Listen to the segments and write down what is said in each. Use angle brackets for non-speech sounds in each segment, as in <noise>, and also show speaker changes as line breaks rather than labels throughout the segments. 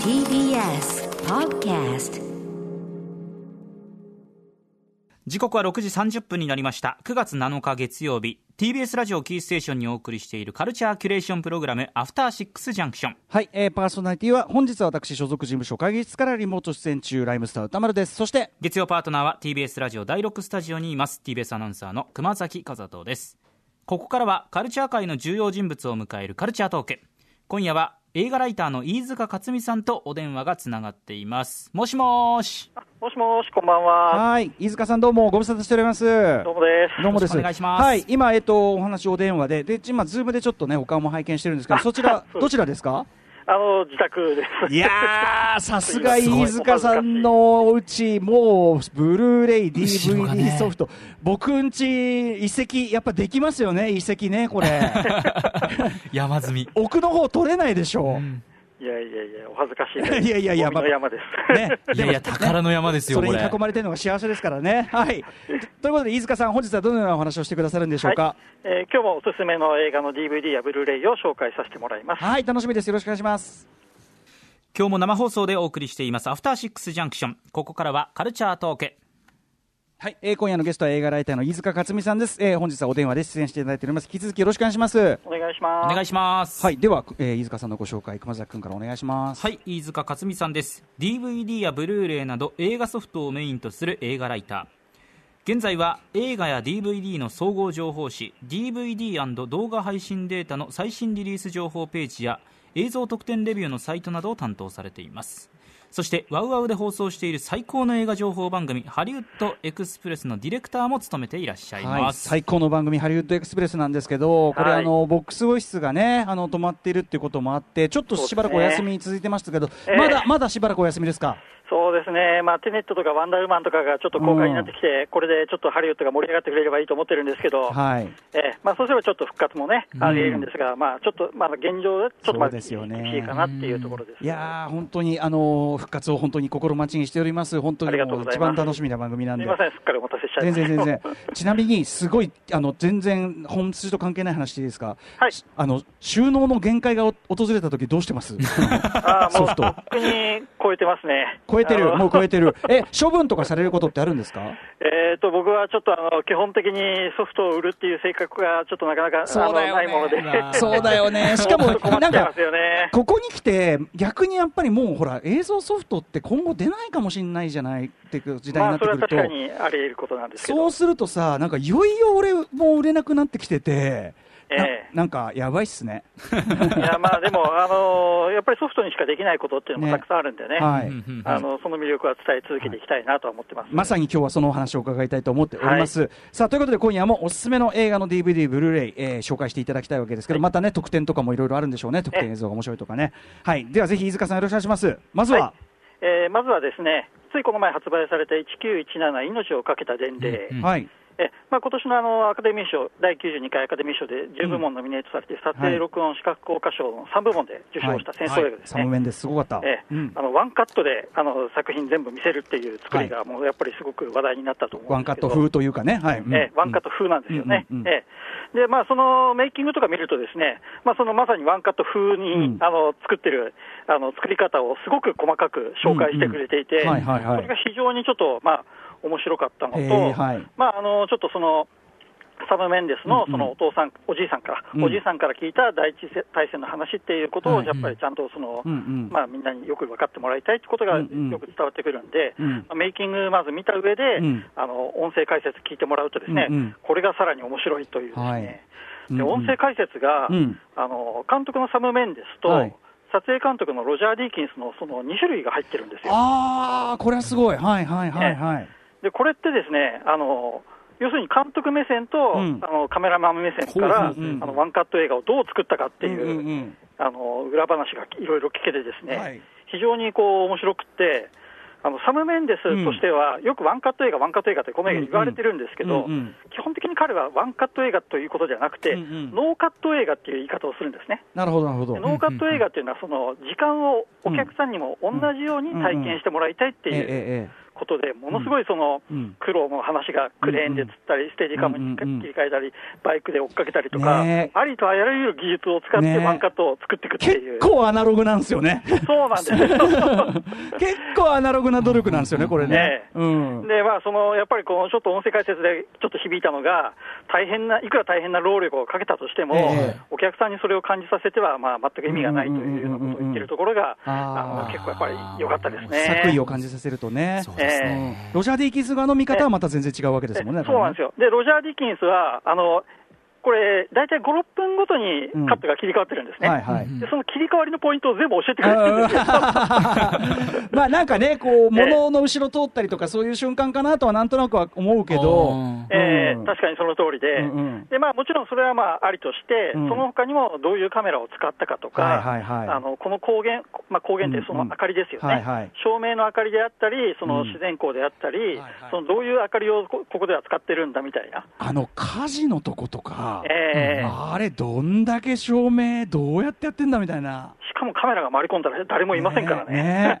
TBS Podcast
時刻は6時30分になりました9月7日月曜日 TBS ラジオキーステーションにお送りしているカルチャーキュレーションプログラム「アフターシックスジャンクション
はい、えー、パーソナリティは本日は私所属事務所会議室からリモート出演中ライムスター歌丸ですそして」
月曜パートナーは TBS ラジオ第6スタジオにいます TBS アナウンサーの熊崎和人ですここからはカルチャー界の重要人物を迎えるカルチャートーク今夜は映画ライターの飯塚克美さんとお電話がつながっていますもしもー
<laughs>
し
もしもし、こんばんは。
はい飯塚さんどうもご無沙汰しております
どうもです。
どうもです
よろしくお願いします
はい今えっ、とお話をお電話でで今ズームでちょっとねお顔も拝見してるんですけどそちらどちらですか
あの、自宅です。
いやー、 <laughs> さすが飯塚さんのうち、もう、ブルーレイ、
後ろが
DVD
ね
ソフト、僕んち、遺跡、やっぱできますよね、遺跡ね、こ
<laughs>
れ。
山積み
奥の方取れないでしょ
いやいやいや、お恥ずかしいです。
いやいやいや
ゴミの山です。
う。ね。
いやいや宝の山ですよ
それ
こ
に
れ
囲まれてるのが幸せですからね。はい。ということで、飯塚さん、本日はどのようなお話をしてくださるんでしょう
<laughs>
か。
えー今日もおすすめの映画の DVD やブルーレイを紹介させてもらいます。
はい、楽しみです。よろしくお願いします。
今日も生放送でお送りしています「アフターシックスジャンクション」ここからはカルチャートーク
はい、えー今夜のゲストは映画ライターの飯塚克美さんです。えー本日はお電話で出演していただいております。引き続きよろしくお願いします。
お願いしま
お
す。
願いします
はい、では、えー飯塚さんのご紹介、熊崎くんからお願いします。
はい飯塚克美さんです DVD やブルーレイなど映画ソフトをメインとする映画ライター現在は映画や DVD の総合情報誌 DVD& 動画配信データの最新リリース情報ページや映像特典レビューのサイトなどを担当されていますそしてワウワウで放送している最高の映画情報番組ハリウッドエクスプレスのディレクターも務めていらっしゃい
はい、
ます、
最高の番組「ハリウッドエクスプレス」なんですけどこれ、
はい
あのボックスオフィスがねあの止まっているっていうこともあってちょっとしばらくお休み続いてましたけど、
すね
ま
え
だ
え
まだしばらくお休みですか
そうですね。まあ、テネットとかワンダーウーマンとかがちょっと公開になってきて、これでちょっとハリウッドが盛り上がってくれればいいと思ってるんですけど、
はい
えーまあ、そうすればちょっと復活もね、あり得るんですが、まあ、ちょっと、まあ、現状はちょっとまあ
そうで
厳
す
しい
よね
かなっていうところです。
いやー本当にあの復活を本当に心待ちにしております本当
あ
に
りがとう
もう
ござ
一
います
番楽しみな番組なん
す
で
みません、すっかりお待たせしちゃい
全
ま
然
した。
全然ちなみにすごいあの全然本筋と関係ない話でいいですか、
はい
しあの収納の限界がお訪れた時どうしてます <laughs>
あー
ソ
も
フ
う
ト
特に超えてますね。
超えて
あ
る
の
もう超えてるえ処分とかされることってあるんですか
<laughs> えー、と僕はちょっとあの基本的にソフトを売るっていう性格がちょっとなかなか、あのないもので、
<laughs> そうだよね。しかも
ちょっと困、っちゃ
ないん
ま
か
す、よね。
ここに来て、逆にやっぱりもうほら、映像ソフトって今後出ないかもしれないじゃないっていう時代に
ま
な
あ、
っ
そ
てく
れは
ると
確、かにあり得ることなんですけ
そ
ど
う、するとさ、なんかいよいよ俺もう売れなくなってきてて、な
え
なんかやばいっすね。
えいやまあ、でも、あのやっぱりソフトにしかできないことっていうのも
ね
たくさんあるんでね、
はい。
うんうんうん
あのその魅力は伝え続けていきたいなとは思ってます。
まさに今日はそのお話を伺いたいと思っております。さあということで今夜もおすすめの映画の DVD、ブルーレイ、えー紹介していただきたいわけですけど、またね、特典とかもいろいろあるんでしょうね、特典映像が面白いとかね。はい、ではぜひ飯塚さんよろしくお願いします。まずは、
はえーまずはですね、ついこの前発売された1917命をかけた伝令。
うん
はい、
えまあ今年のあのアカデミー賞、第92回アカデミー賞で10部門ノミネートされて、撮
はい
影、録音、視覚効果賞の3部門で受賞した戦争映画です
サ
ね。
ムメンです、すごかった。
え
う
え
ん
あのワンカットであの作品全部見せるっていう作り
は
が、もうやっぱりすごく話題になったと思
ワ
うん
ン
で
カ
す
ッ
けど、
ト風というかね、はい、うん
ええワンカット風なんですよね、
うんうんうん
ええでまあ、そのメイキングとか見ると、ですね、まあ、そのまさにワンカット風に、
うん
あの作ってるあの作り方をすごく細かく紹介してくれていて、
うんうんはいはいはい
これが非常にちょっと、まあ面白かったのと、
ええはい
まあ、あのちょっとその、サム・メンデス
うん
の
うん
そのお父さん、おじいさんか、
うん
おじいさんから聞いた第一次大戦の話っていうこと
は
を、
い
やっぱりちゃんとその、
うんうん
まあ、みんなによく分かってもらいたいってことが
う
よ
んうん
く伝わってくるんで、
うん
まあメイキングまず見た上で、
うん
あの音声解説聞いてもらうとですね、
うんうん
これがさらに面白いというですね、
はいうんう
で
ん
音声解説が、
うん
あの監督のサム・メンデスと、
はい
撮影監督のロジャー・ディーキンスのその2種類が入ってるんですよ。
ああ、これはすごい、はいはいはいはい。
でこれってですねあの要するに監督目線と、
うん
あのカメラマン目線から、
ほうほうほう
あのワンカット映画をどう作ったかっていう、
うんうん
あの裏話がいろいろ聞けてですね、
はい
非常にこう面白くってあのサム・メンデスとしては、よくワンカット映画、ワンカット映画ってこの映画言われてるんですけど、
うんうん
基本的に彼はワンカット映画ということじゃなくて、
うんうん
ノーカット映画っていう言い方をするんですね。
なるほど、なるほど。
でノーカット映画っていうのは、その時間をお客さんにも同じように体験してもらいたいって
ええ
いう
え
ことで、ものすごいその
うん
苦労の話がクレーンで釣ったり、ステージカム
うん
に
うんうん
切り替えたり、バイクで追っかけたりとか、
ねえ
ありとあらゆる技術を使って、
ねえ
ワンカットを作っていくって
結
いう、
構アナログなんですよ
<laughs>
ね。
そうなんですよ。
<laughs> 結構アナログな努力なんですよね、これね
ね。
うん。
でまあ、そのやっぱりこうちょっと音声解説でちょっと響いたのが、大変ないくら大変な労力をかけたとしても、
ええ
お客さんにそれを感じさせては、まあ、全く意味がないというようなことを言ってるところが、
あー
あの結構やっぱり良かったですね。
作為を感じさせるとね。
そうですね。
ロジャー・ディキンス側の見方はまた全然違うわけですもんね。
えそうなんです
よ。
よ。で、ロジャー・ディキンスは、あの、これ、大体5、6分ごとにカットが切り替わってるんですね。
はいはい。
でその切り替わりのポイントを全部教えてくれて <laughs> るんですよ。
あー <laughs> まあなんかね、こう、
ええ
物の後ろ通ったりとか、そういう瞬間かなとはなんとなくは思うけど、
あ
え
う
ー
ん
確かにその通りで、
うんうん
でまあ、もちろんそれはまあありとして、
うん
その他にもどういうカメラを使ったかとか、
はいはいはい
あのこの光源、まあ、光源ってその明かりですよね、
うんうんはいはい
照明の明かりであったり、その
うん
自然光であったり、
はいはい
そのどういう明かりをこここでは使ってるんだみたいな、
あの火事のとことか、
えー
あれ、どんだけ照明、どうやってやってんだみたいな。
しかもカメラが回り込んだら誰もいませんからね。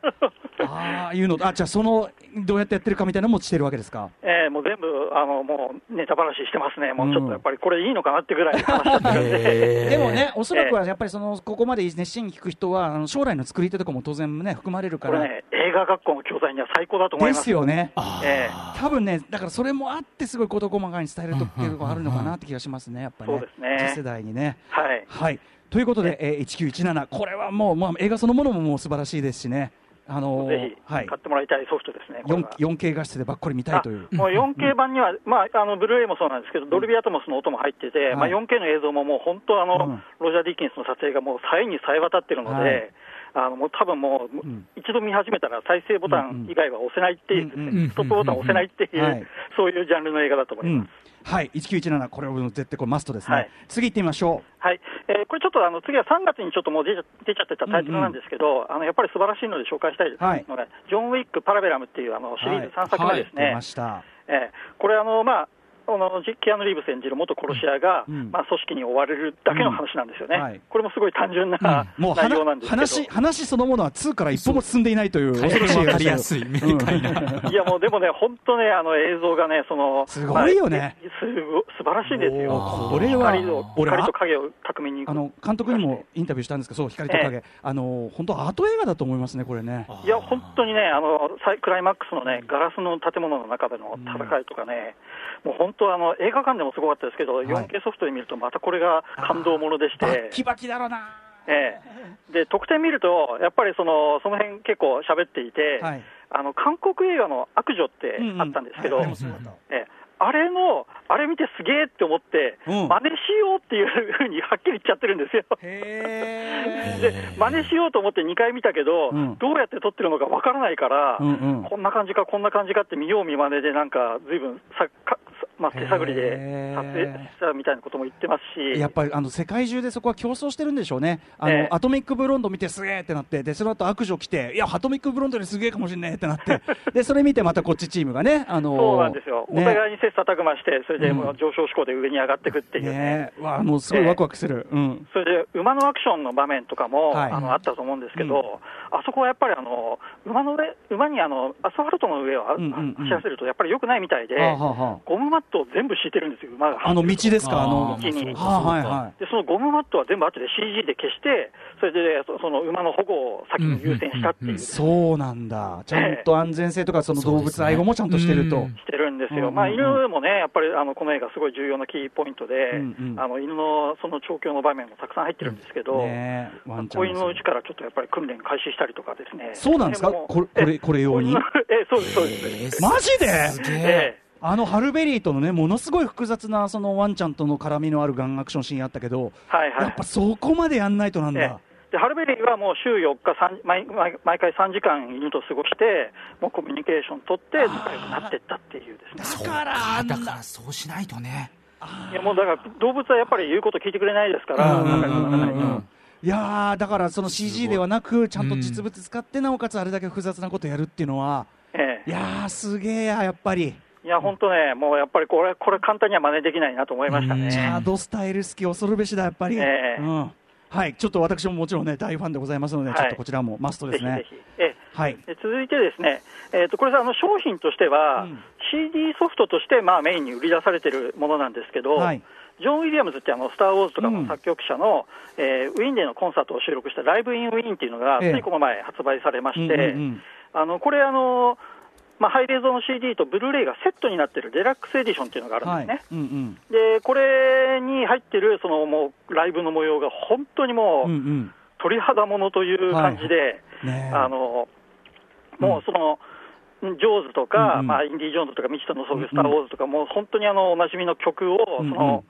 ね
<laughs>
えああいうの、あ、じゃあその、どうやってやってるかみたいなのもしてるわけですか。
えーもう全部あの、もうネタ話してますね、もうちょっとやっぱりこれいいのかなってぐらい話しち
<laughs>
ゃってるんで、
で
で
も、ね、おそらくはやっぱりその、ここまで熱心に聞く人は、あの将来の作り手とかも当然ね、含まれるか
これ
ら。
ね、映画学校の教材には最高だと思い
で
ます
す。よね。
えー
多分ね、だからそれもあって、すごい事細かに伝えるとっていうのがあるのかなって気がしますね、やっぱり、ね。
そうですね
次世代にね。
はい
はい。ということで、えー1917、これはもう、まあ、映画そのものももう素晴らしいですしね。あのー
ぜひ
は
買
い。
ってもらいたいソフトですね、これ
4K
は
4K 画質でばっこり見たいという
あ。もう 4K 版には、まあ、あのブルーレイもそうなんですけど、ドルビーアトモスの音も入ってて、
はい
まあ、4K の映像ももう本当あの、
うん
ロジャー・ディキンスの撮影がもう、さえにさえ渡ってるので、
はい
あのもう多分もう、
ん
一度見始めたら、再生ボタン以外は押せないっていう、
うん
うん
ストップボタン押せないっていう、
はい
そういうジャンルの映画だと思
う
います。
ん。はい。1917、これを絶対これマストですね。
はい
次行ってみましょ
はいえーこれちょっとあの次は3月にちょっともう出ちゃ出ちゃってたタイトルなんですけど、あのやっぱり素晴らしいので紹介したいです、
はい
のでジョン・ウィック・パラベラムっていうあのシリーズ3作目です
う。
ね、
出ました。
ええこれあの、まああの、ジキアヌ・リーブス演じる元殺し屋が、
うん
まあ、組織に追われるだけの話なんですよね、
うんはい
これもすごい単純な
もう
内容なんですけど、
話話そのものは2から一歩も進んでいないという恐ろしい
わ
話
かりやすい、明快な。
いやもうでもね、本当ね、あの映像がね、その
すごいよね
まあすご素晴らしいですよ、
もうこれは
光と
俺は
光と影を巧みに、
あの監督にもインタビューしたんですけど、そう光と影、
え
あの本当アート映画だと思いますねこれね。
いや、本当にね、あのサイクライマックスのね、ガラスの建物の中での戦いとかね、もう本当あの、映画館でもすごかったですけど、
い
4K ソフトで見ると、またこれが感動ものでして。
バッキバキだろうな。
ええ、で得点見ると、やっぱりそのその辺結構喋っていて、
はい
あの、韓国映画の悪女って
うんうん
あったんですけど、
はいあれもそうだった
ええあれの、あれ見てすげえって思って、
うん
真似しようっていうふうにはっきり言っちゃってるんですよ。
へ
で真似しようと思って2回見たけど、
うん
どうやって撮ってるのかわからないから、
うんうん
こんな感じか、こんな感じかって、見よう見まねで、なんか、ずいぶんさか、さまあ、手探りで撮影したみたいなことも言ってますし、
やっぱりあの世界中でそこは競争してるんでしょうね、あの
ええ
アトミック・ブロンド見てすげえってなって、でその後悪女来て、いや、アトミック・ブロンドにすげえかもしれないってな
<laughs>
って、でそれ見てまたこっちチームがね、あの
そうなんですよ、お
ね
互いに切磋琢磨して、それでもう上昇志向で上に上がっていくっていうね。
ねえ、わあもうすごいワクワクする、うん、
それで馬のアクションの場面とかも、
はい
あのあったと思うんですけど、あそこはやっぱりあの馬の上、馬にあのアスファルトの上をあ
うんうんうん
走らせると、やっぱり良くないみたいで、
はあはあは
ゴムマットを全部敷いてるんですよ、馬が
あ、あの道ですか、あ
あ
の、
一気
ー
に
まあ
はあ
そうか
はい
そうか
はい。
でそのゴムマットは全部後で CG で消して、それでそその馬の保護を先に優先したって
うんうん
いう、
うんうん
し
そうなんだ、ちゃんと安全性とか、その動物愛護もちゃんとしてる
そう
と
ですね。
てるんです
うんうんう
よ、
ん
まあ、犬もね、やっぱりあのこの映画、すごい重要なキーポイントで、
うんうん
あの犬のその調教の場面もたくさん入ってるんですけど。
ねえワンちゃんも
子犬のうちからちょっとやっぱり訓練開始したりとかですね。
そうなんですか
も
これこれ
え
これ用に
<laughs> 子犬のえ、そうです、そうです。
えー
マジです
げえ
ええ。
あのハルベリーとのねものすごい複雑なそのワンちゃんとの絡みのあるガンアクションシーンあったけど、
はいはい
やっぱそこまでやんないとなんだ、
ええでハルベリーはもう週4日三毎、毎毎回3時間犬と過ごして、もうコミュニケーション取って、仲良くなってったっていうですね、
だから、だからそうしないとね。
いやもうだから、動物はやっぱり言うこと聞いてくれないですから、
うんうんうんうん
仲良くならないと
いやーだからその CG ではなくちゃんと実物使って、なおかつあれだけ複雑なことやるっていうのは
え
い
え
やーすげえややっぱり
いや、本当ね、もうやっぱりこれ、これ簡単には真似できないなと思いましたね。
チャードスタイル好き恐るべしだやっぱり、
ええ
うんはいちょっと私ももちろんね大ファンでございますので、
はい
ちょっとこちらもマストですね
ぜひぜひ。ええ
はい。
で続いてですね、えー、とこれさあの商品としては、
うん
CD ソフトとして、まあ、メインに売り出されてるものなんですけど、
はい
ジョン・ウィリアムズってあの、スター・ウォーズとか
うん
の作曲者の、えーウィーンでのコンサートを収録したライブ・イン・ウィーンっていうのが、つ
ええ
いこの前発売されまして、
うんうんうん
あのこれあの、まあ、ハイレゾの CD とブルーレイがセットになってるデラックスエディションっていうのがあるん
は
ですね。
い。うんうん。
でこれに入ってるそのもうライブの模様が本当にもう、
うんうん。
鳥肌ものという感じで、
ねえ
あの
うん
もうその、ジョーズとか、
うんうん
まあ、インディ・ジョーンズとか、未知との遭
うんうん
遇、スター・ウォーズとか、もう本当にあのおなじみの曲を、そ
うんうん
の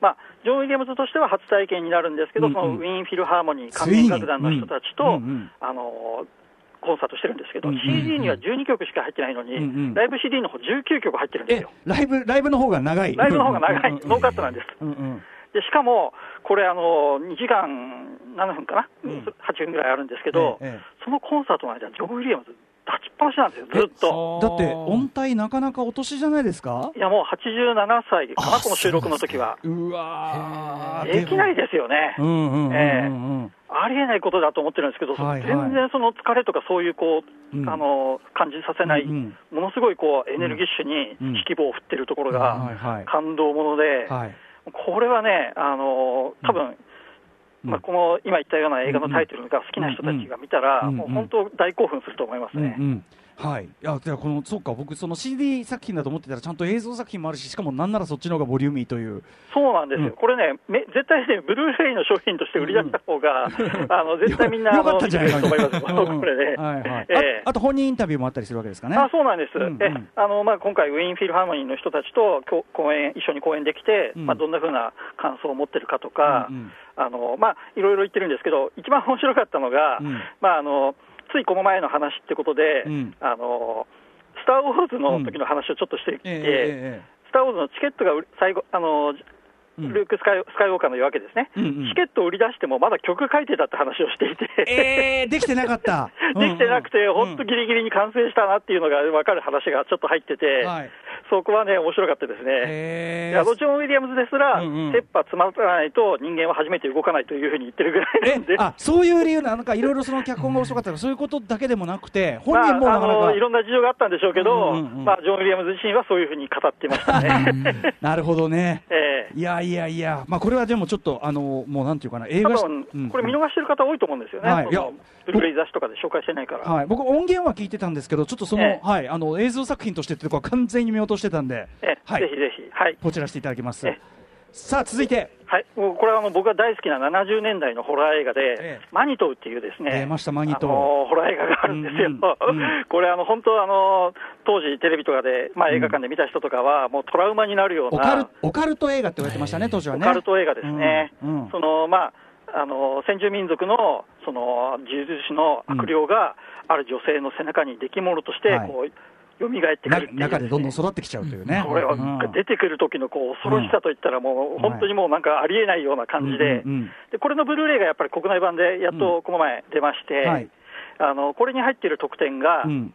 まあ、ジョン・ウィリアムズとしては初体験になるんですけど、
うんうん
そのウィーン・フィルハーモニー、
つ
管
いに
弦楽団の人たちと、
うんうん
あのコンサートしてるんですけど、
うんうん
CD には12曲しか入ってないのに、
うんうん
ライブ CD の方19曲入ってるんです
え
よ、、
ライブ、ライブの方が長い。
ライブの方が長い、
うん
ノ
うん
ーカットなんです。
うんうん。
でしかも、これあの、2時間7分かな、
うん
8分ぐらいあるんですけど、
ええええ
そのコンサートの間、ジョブ・ウィリアムズ、立ちっぱなしなんですよ、ずっと。
はあ
だって、音体なかなかお年じゃないですか
いやもう87歳か
あ
な、この収録の時は。
うわー
できないですよね
う、んうんうんうんうん。
ありえないことだと思ってるんですけど、
はいはい
全然その疲れとか、そういうこう、
うん
あの感じさせない、
うんうん
ものすごいこうエネルギッシュに
うん
指揮棒を振ってるところ
はいは
が
い
感動もので、
はい。
これはね、あの多分、
うん
まあ、この今言ったような映画のタイトルが好きな人たちが見たら、
うんうん
もう本当、大興奮すると思いますね。
うんうん、はい。いや、じゃあこの、そうか、僕、その CD 作品だと思ってたら、ちゃんと映像作品もあるし、しかもなんならそっちの方がボリューミーという。
そうなんですよ、
うん
これね、め絶対ね、ブルーレイの商品として売り出した方が、あの絶対みんな、
よ
あ
よか
の
ったんじゃない
見てくれると思います
う
よ、
ん
これね。
はいはい
<laughs> ええ
ああと本人インタビューもあったりするわけですかね。
あそうなんです、
うんうん
えあのまあ、今回、ウィーン・フィルハーモニーの人たちとこ公演一緒に公演できて、
うん
まあ、どんなふうな感想を持ってるかとか、
うんうん
あのまあ、いろいろ言ってるんですけど、一番面白かったのが、
うん
まあ、あのついこの前の話ってことで、
うん
あのスター・ウォーズの時の話をちょっとしてきて、
えええ
スター・ウォーズのチケットが売り最後あの、
えええうん
ルークスカイ・スカイウォーカーの夜明けですね、
うんうん
チケットを売り出しても、まだ曲書いてたって話をしていて。
ええできてなかった。
<laughs> できてなくて、
うんうん
本当、ギリギリに完成したなっていうのが分かる話がちょっと入ってて、
はい
そこはね、面白かったですね。
ええ
いやロジョン・ウィリアムズですら、
うんうん
切羽詰まらないと人間は初めて動かないというふうに言ってるぐらいなん
え
で、
あそういう理由なのか、いろいろその脚本が遅かったとか、そういうことだけでもなくて、本人も
ま
な
あ、あ
かな
の
か
い、ろんな事情があったんでしょうけど、
うんうんうん
まあ、ジョン・ウィリアムズ自身はそういうふうに語ってましたね。
なるほどね、
ええ
いやいやいや、まあ、これはでもちょっと、あのもうなんていうかな、映
多
画し
分、
うん
これ見逃してる方多いと思うんですよね。
はい
その
いや
ブルーレイ雑誌とかで紹介してないから。
はい、僕、音源は聞いてたんですけど、ちょっとその,、
ええ
はい、あの映像作品としてってとこは完全に見落としてたんで、
ええ
はい
ぜ、ひぜひ。はい。
ポチらせていただきます
ええ。
さあ、続いて、
はい、もうこれはあの僕が大好きな70年代のホラー映画で、
ええ
マニトウっていうですね、
出ましたマニトウ
あのホラー映画があるんですよ、
うんうんう
これあの、本当あの、当時、テレビとかで、まあ、映画館で見た人とかは、もうトラウマになるよう
オカル
な
オカルト映画って言われてましたね、当時は
オ
ね。
カルト映画ですね、
うんうん
そのまああの先住民族のその呪術師の悪霊が、ある女性の背中に出来物として、
はい
こう蘇ってく
な
るっていう、
中でどんどん育ってきちゃうというね。
これは
うん
出てくる時のこう恐ろしさといったら、もう本当にもうなんかありえないような感じで
うんうんうん、
でこれのブルーレイがやっぱり国内版でやっとこの前出まし
うんはい
て、あのこれに入っている特典が
う、ん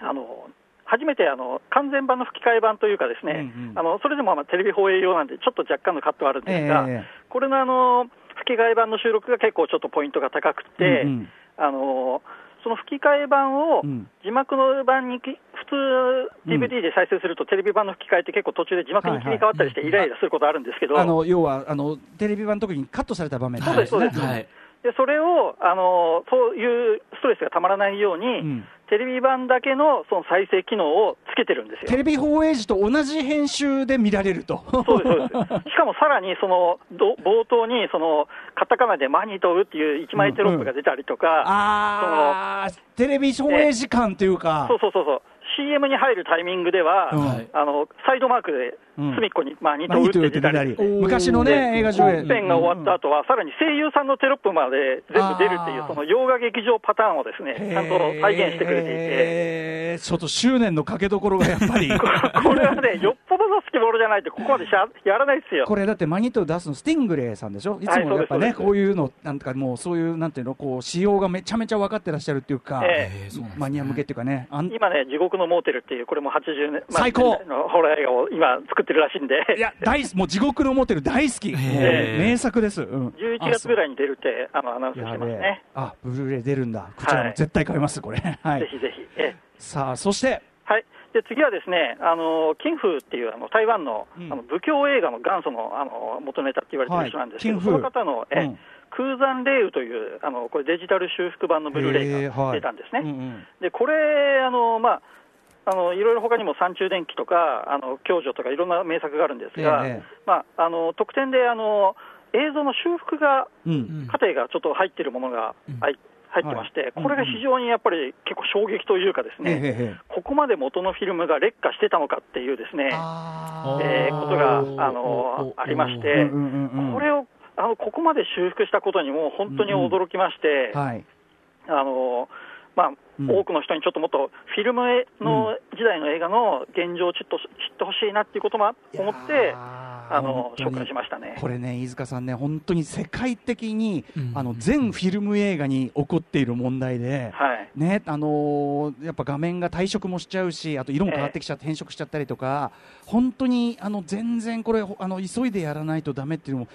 あの初めてあの完全版の吹き替え版というか、ですね
うんうん
あのそれでもまあテレビ放映用なんで、ちょっと若干のカットはあるんですが
ええ、
これのあの吹き替え版の収録が結構ちょっとポイントが高くて
うんうん、
あのその吹き替え版を
うん
字幕の版にき、普通、
うん
DVD で再生すると、テレビ版の吹き替えって結構途中で字幕に切り替わったりして、イライラすることあるんですけど、
あの要はあのテレビ版特にカットされた場面
そうですそうです
はい。
でそれをあのそういうストレスがたまらないように、
うん
テレビ版だけのその再生機能をつけてるんですよ。
テレビ放映時と同じ編集で見られると。
そうです
<laughs>
そうですしかもさらにそのど冒頭にそのカタカナでマニトウっていう一枚テロップが出たりとか、
ああ、テレビ放映時間というか。
そうそうそうそう、CM に入るタイミングでは、
うん
あのサイドマークで
うん
隅っこにマニ
まあ
トウ
いいと
って
言う
出
と
た
出
り
たり昔のね、映画上映。
本編が終わった後は、さらに声優さんのテロップまで全部出るってい
あー
う、その洋画劇場パターンをですね、ちゃんと再現してくれていて、
て
<laughs>
いて。ちょっと執念のかけどころがやっぱり。
これはね、よっぽどの好き者じゃないと、ここまでしゃやらないですよ。
これだってマニトを出すのスティングレイさんでしょ、いつ
はい
もやっぱね、
そうですそうです
こういうの、なんかもう、そういうなんていうの、こう仕様がめちゃめちゃ分かってらっしゃるっていうか、
え
えーそうなんですね
マニア向けっていうかね、あん
今ね、地獄ののモーテルっていう、これも80年、まあ
最高
のホラー映画を今作ってるらしいんで、
いや、大好き、もう地獄のモテル大好き、もう
え
名作です。うん、
11月ぐ
い
らいに出るって、あの、アナウンスして
や
ま
べ
す
え
ね。。
あ、ブルーレイ出るんだ。こちらも絶対買います、これ。は
ぜ
い。
ひぜひ。ええ
さあ、そして、
はい、で次はですね、あのキンフーっていうあの台湾の,、
うん
あの武教映画の元祖のあの元ネタって言われて
はい
る人なんですけど、
キン
そ
フー
の方の、え
うん
空山霊雨というあのこれデジタル修復版のブルーレイ
えー
が
はい
出たんですね。
うんうん
でこれあの、まああのいろいろ他にも三中電気とか、あの教女とか、いろんな名作があるんですが、
ええええ
まあ、あの特典であの映像の修復が
うん。
過程がちょっと入ってるものが、はい入ってまして、
はい
これが非常にやっぱり結構衝撃というかです
ええ
ね、
ええ
ここまで元のフィルムが劣化してたのかっていうですね、
あー
えーことがあのありまし
う
て
ん、うんうんうん
これをあのここまで修復したことにもう本当に驚きまして、
はい。
あのまあ
うん
多くの人にちょっともっとフィルムの時代の映画の現状をちょっと知ってほしいなっていうことも思って、あの
本当に
紹介しましたね。
これね、飯塚さんね、本当に世界的に、
うん
あの全フィルム映画に起こっている問題で、
はい
ねあのーやっぱ画面が退色もしちゃうし、あと色も変わってきちゃって、変色しちゃったりとか、本当にあの全然これ、ほあの急いでやらないとダメっていうのも、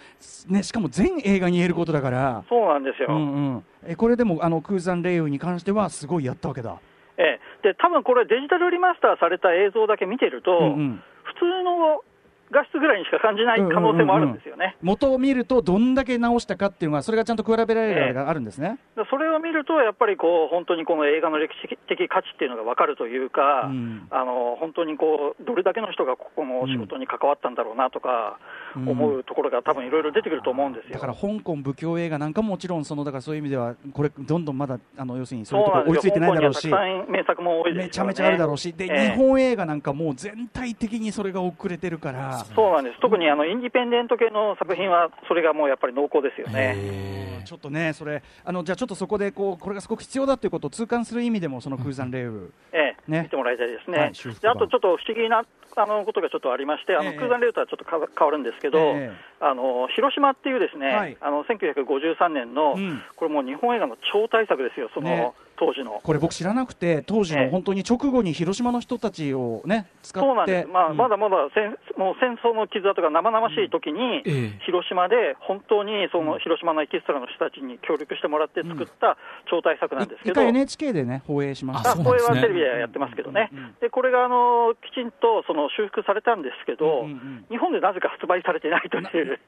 ね、しかも全映画に言えることだから、
そうなんですよ、
うんうん、えこれでもあの空山霊雨に関しては、すごいやったわけだ。
ええ、で多分これ、デジタルリマスターされた映像だけ見てると、
うんうん
普通の画質ぐらいにしか感じない可能性もあるんですよね。
元を見るとどんだけ直したかっていうのがそれがちゃんと比べられるあれがあるんですね。
でそれを見ると、やっぱりこう本当にこの映画の歴史的価値っていうのが分かるというか、
うん
あの本当にこうどれだけの人がここの仕事に関わったんだろうなとか、
うん
思うところが多分いろいろ出てくると思うんです
だ
よ。
から香港武教映画なんかももちろんそのだからそういう意味ではこれどんどんまだあの要するにそういうところ追いついてないだろうし
香港にはたくさん名作も多いですよね
めちゃめちゃあるだろうしで、
ええ
日本映画なんかもう全体的にそれが遅れてるから
そうなんです、特にあのインディペンデント系の作品は、それがもうやっぱり濃厚ですよね。
え
ちょっとねそれあのじゃあちょっとそこでこうこれがすごく必要だということを痛感する意味でもその空山霊雨
ええ
ね
見てもらいたいです
は
ね
い修復
で
版
あとちょっと不思議なあのことがちょっとありまして、あの
ええ
空間レートはちょっとか変わるんですけど、
ええ
あの広島っていうですね、
はい
あの1953年の、
うん
これもう日本映画の超大作ですよ、その、
ね
当時の。
これ僕知らなくて当時
え
の
え
本当に直後に広島の人たちをね使
そうな
っ
ん
て
です、まあ
うん
まだまだ戦もう戦争の傷跡が生々しい時に、
ええ
広島で本当にその広島のエキストラの人たちに協力してもらって作った超大作なんです
い
け
一
ど、
回 NHK でね放映しました
あ
あ
そう
こ
なんで
れ
すね
はテレビでやってますけどね、
うんうんうん
でこれがあのきちんとその修復されたんですけど、
うんうんうん
日本でなぜか発売されてないという、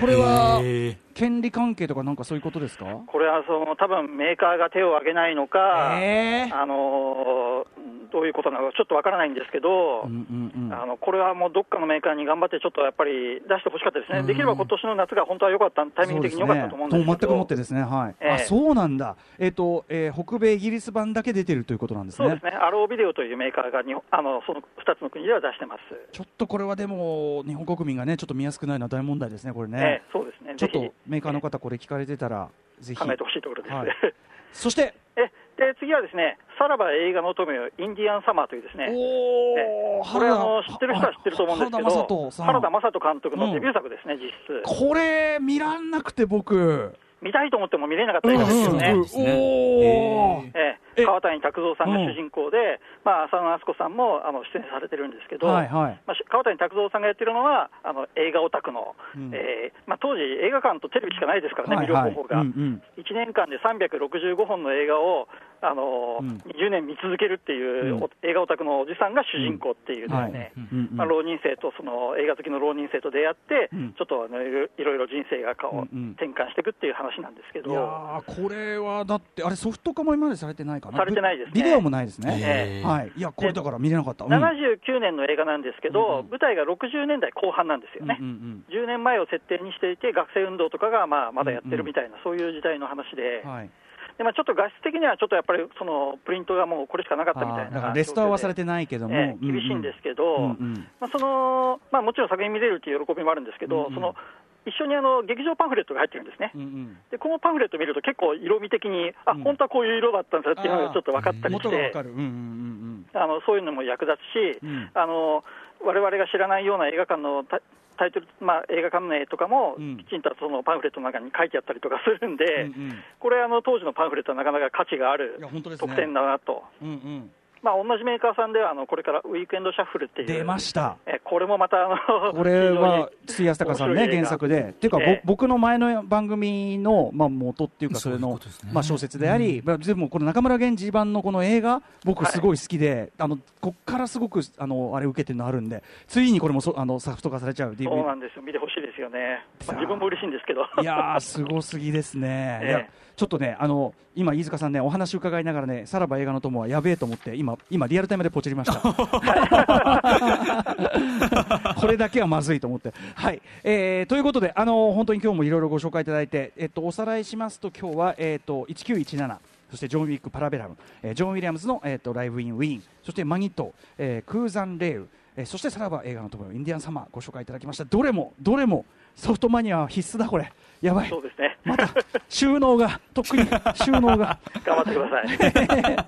これは
え
権利関係とかなんかそういうことですか
これはその多分メーカーが手を挙げないのか、
ええ
あのーどういうことなのか、ちょっとわからないんですけど。
うんうんうん
あのこれはもうどっかのメーカーに頑張って、ちょっとやっぱり出してほしかったですね、できれば今年の夏が本当は良かった、タイミング的に良かったと思うんですけど、
そうねと全く思ってですね、はい
ええ
あそうなんだ、えっとえー北米、イギリス版だけ出てるということなんです
そう
ね。
ですね、アロービデオというメーカーが日本あのその2つの国では出してます、
ちょっとこれはでも、日本国民がね、ちょっと見やすくないのは大問題ですね、これ
ええ
ね。
そうですね、
ちょっ
ぜ
とメーカーの方、これ聞かれてたら、ぜ
ひ
ひ。
考えてほしいところです。
はいそして、
<laughs> えで次はですね、さらば映画の乙女よインディアンサマーというですね、
おお、
これあの知ってる人は知ってると思うんですけ
原田雅
ど
人、さん
原田雅人監督のデビュー作ですね、実質。
これ、見らんなくて、僕。
見たいと思っても見れなかった映画ですよね。
うんうん
ね
おお、
え
え
え、川谷拓三さんが主人公で、まあ、浅野敦子さんもあの出演されてるんですけど、
はいはい
まあ、し川谷拓三さんがやってるのは、あの映画オタクの、
うん
えーまあ、当時、映画館とテレビしかないですからね、
はい
魅
はい
力方法が。
うんうん
1年間で365本の映画を、あのー
うん
20年見続けるっていう、
うん
お映画オタクのおじさんが主人公っていうですね。
はいうんうん
まあ、浪人生とその映画好きの浪人生と出会って、
うん
ちょっとあのいろいろいろ人生が顔
うんうん
転換していくっていう話なんですけど、
いやーこれはだって、あれ、ソフト化も今までされてないかな、
されてないですね
ビデオもないですね、
ええ
はい、いや、これだから見れなかった、うん
79年の映画なんですけど、
うんうん
舞台が60年代後半なんですよね、
うんうん
10年前を設定にしていて、学生運動とかがまあまだやってるみたいな、そういう時代の話で、
うんはい、
でまあ、ちょっと画質的にはちょっとやっぱり、そのプリントがもうこれしかなかっ
あ
たみたい
ー
な、
だからレストアはされ
て
てないけども、
ええ厳しいんですけ
う
ど
ん、うん
まあそのまあもちろん作品見れるっていう喜びもあるんですけ
うん
ど、
うん
その一緒にあの劇場パンフレットが入ってるんですね。
うんうん
でこのパンフレット見ると、結構色味的に、あ、
うん
本当はこういう色だったんだっていうのがちょっと分かったりし
元がわ
て、
かる、うんうんうん
あのそういうのも役立つし、
うん
あの我々が知らないような映画館のタタイトル、まあ、映画館名とかも、
うん
きちんとそのパンフレットの中に書いてあったりとかするんで、
うんうん
これあの、当時のパンフレットはなかなか価値があ
うん、い
る
や、本当ですね、
特典だなと、
うんうん、
まあ、同じメーカーさんではあのこれからウィークエンドシャッフルっていう、
出ました。
えこれもまたあ
<laughs>
の
これは筒井康隆さんね、原作
で、
で。っていうか、ぼ
ええ
僕の前の番組の、まあ、元っていうか、それ
そういう
の
ことですね
まあ、小説であり、まあでもこの中村源氏版のこの映画、僕、すごい好きで、あのこっからすごくあのあれ受けてるのあるんで、ついにこれもそあのサフト化されちゃう、
そう
DVD
な。んですよ、見てほしいですよね、まあ自分も嬉しいんですけど、
いやー、すごすぎですね。
ええ
いやちょっとね、あの今、飯塚さんね、お話伺いながらね、さらば映画の友はやべえと思って、今、今リアルタイムでポチりました。これだけはまずいと思って。はい、えーということで、あの本当に今日もいろいろご紹介いただいて、えっと、おさらいしますと、今日は、えっと、1917。そしてジョン・ウィック・パラベラム、えージョン・ウィリアムズの、えー、とライブ・イン・ウィーン、そしてマニット、えー、クーザン・レイウ、えーそしてさらば映画の友よインディアン・サマー、ご紹介いただきました、どれも、どれもソフトマニアは必須だ、これ、やばい、
<laughs> そうですね、
また収納が、とっくに収納が、
頑張ってください。
<laughs>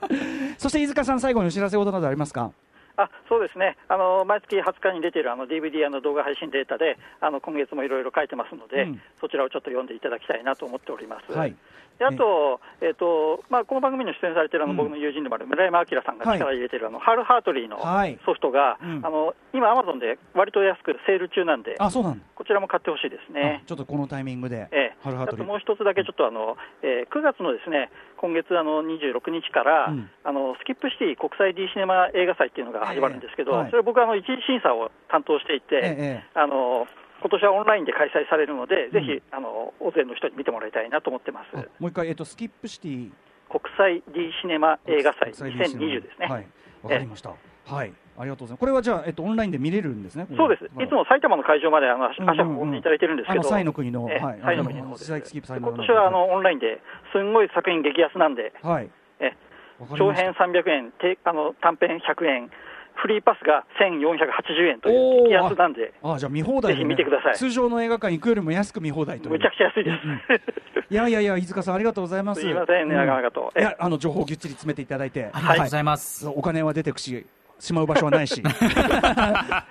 そして飯塚さん、最後にお知らせ事などありますか、
あそうですねあの毎月20日に出ているあの DVD の動画配信データで、あの今月もいろいろ書いてますので、
うん
そちらをちょっと読んでいただきたいなと思っております。
はい
であと、えっとまあ、この番組に出演されているあの、僕の友人でもある村山明さんが力を入れているあの、ハルハートリーの
はい
ソフトが、
うん
あの今、アマゾンで割と安くセール中なんで、
あそうなんだ、
こちらも買ってほしいですね
あ。ちょっとこのタイミングで、
ええ、
ハルハートリ
あともう一つだけ、ちょっとあの、えー9月のですね今月あの26日から、
うん
あのスキップシティ国際 D シネマ映画祭っていうのが始まるんですけど、
ええはい
それ僕はあの一次審査を担当していて、
ええ
あの今年はオンラインで開催されるので、
ん
ぜひあの大勢の人に見てもらいたいなと思ってます。
あもう一回、えっと、スキップシティ
国際 D シネマ映画祭
国際電子の
2020ですね。
はい、わかりました、はい、ありがとうございます、これはじゃあ、えっと、オンラインで見れるんですね、これ
そうです。
はい
つも埼玉の会場まであの足
うんうんうん
足を運んでいただいてるんですけ
あ
ど、
のサイの国の
ええ
はい
サイの国の方で
あのスキップサイの
今年はあのオンラインですんごい作品激安なんで、
はい、
え
わかり
長
ました
編300円、てあの短編100円、フリーパスが1480円という
お
激
ー
安なんで、
あじゃあ見放題でね
ぜひ見てください
通常の映画館行くよりも安く見放題という
むちゃくちゃ安いです。
いやいやいや飯塚さんありがとうございます
すいませんね長々と
ういやあの情報をぎっちり詰めていただいて
ありがとうございます。
お金は出てくし、しまう場所はな
<laughs>
いし。あ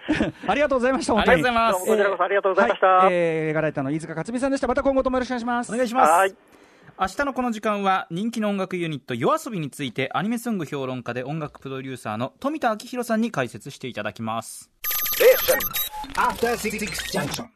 りがとうございました、本当に。
ありがとうございます
<laughs> どうもこちらこそありがとうございました
はいえー、ガライタの飯塚克美さんでした。また今後ともよろしくお願いします。
お願いします。
はい。
明日のこの時間は人気の音楽ユニット YOASOBI についてアニメソング評論家で音楽プロデューサーの富田明宏さんに解説していただきます
After Six Junction.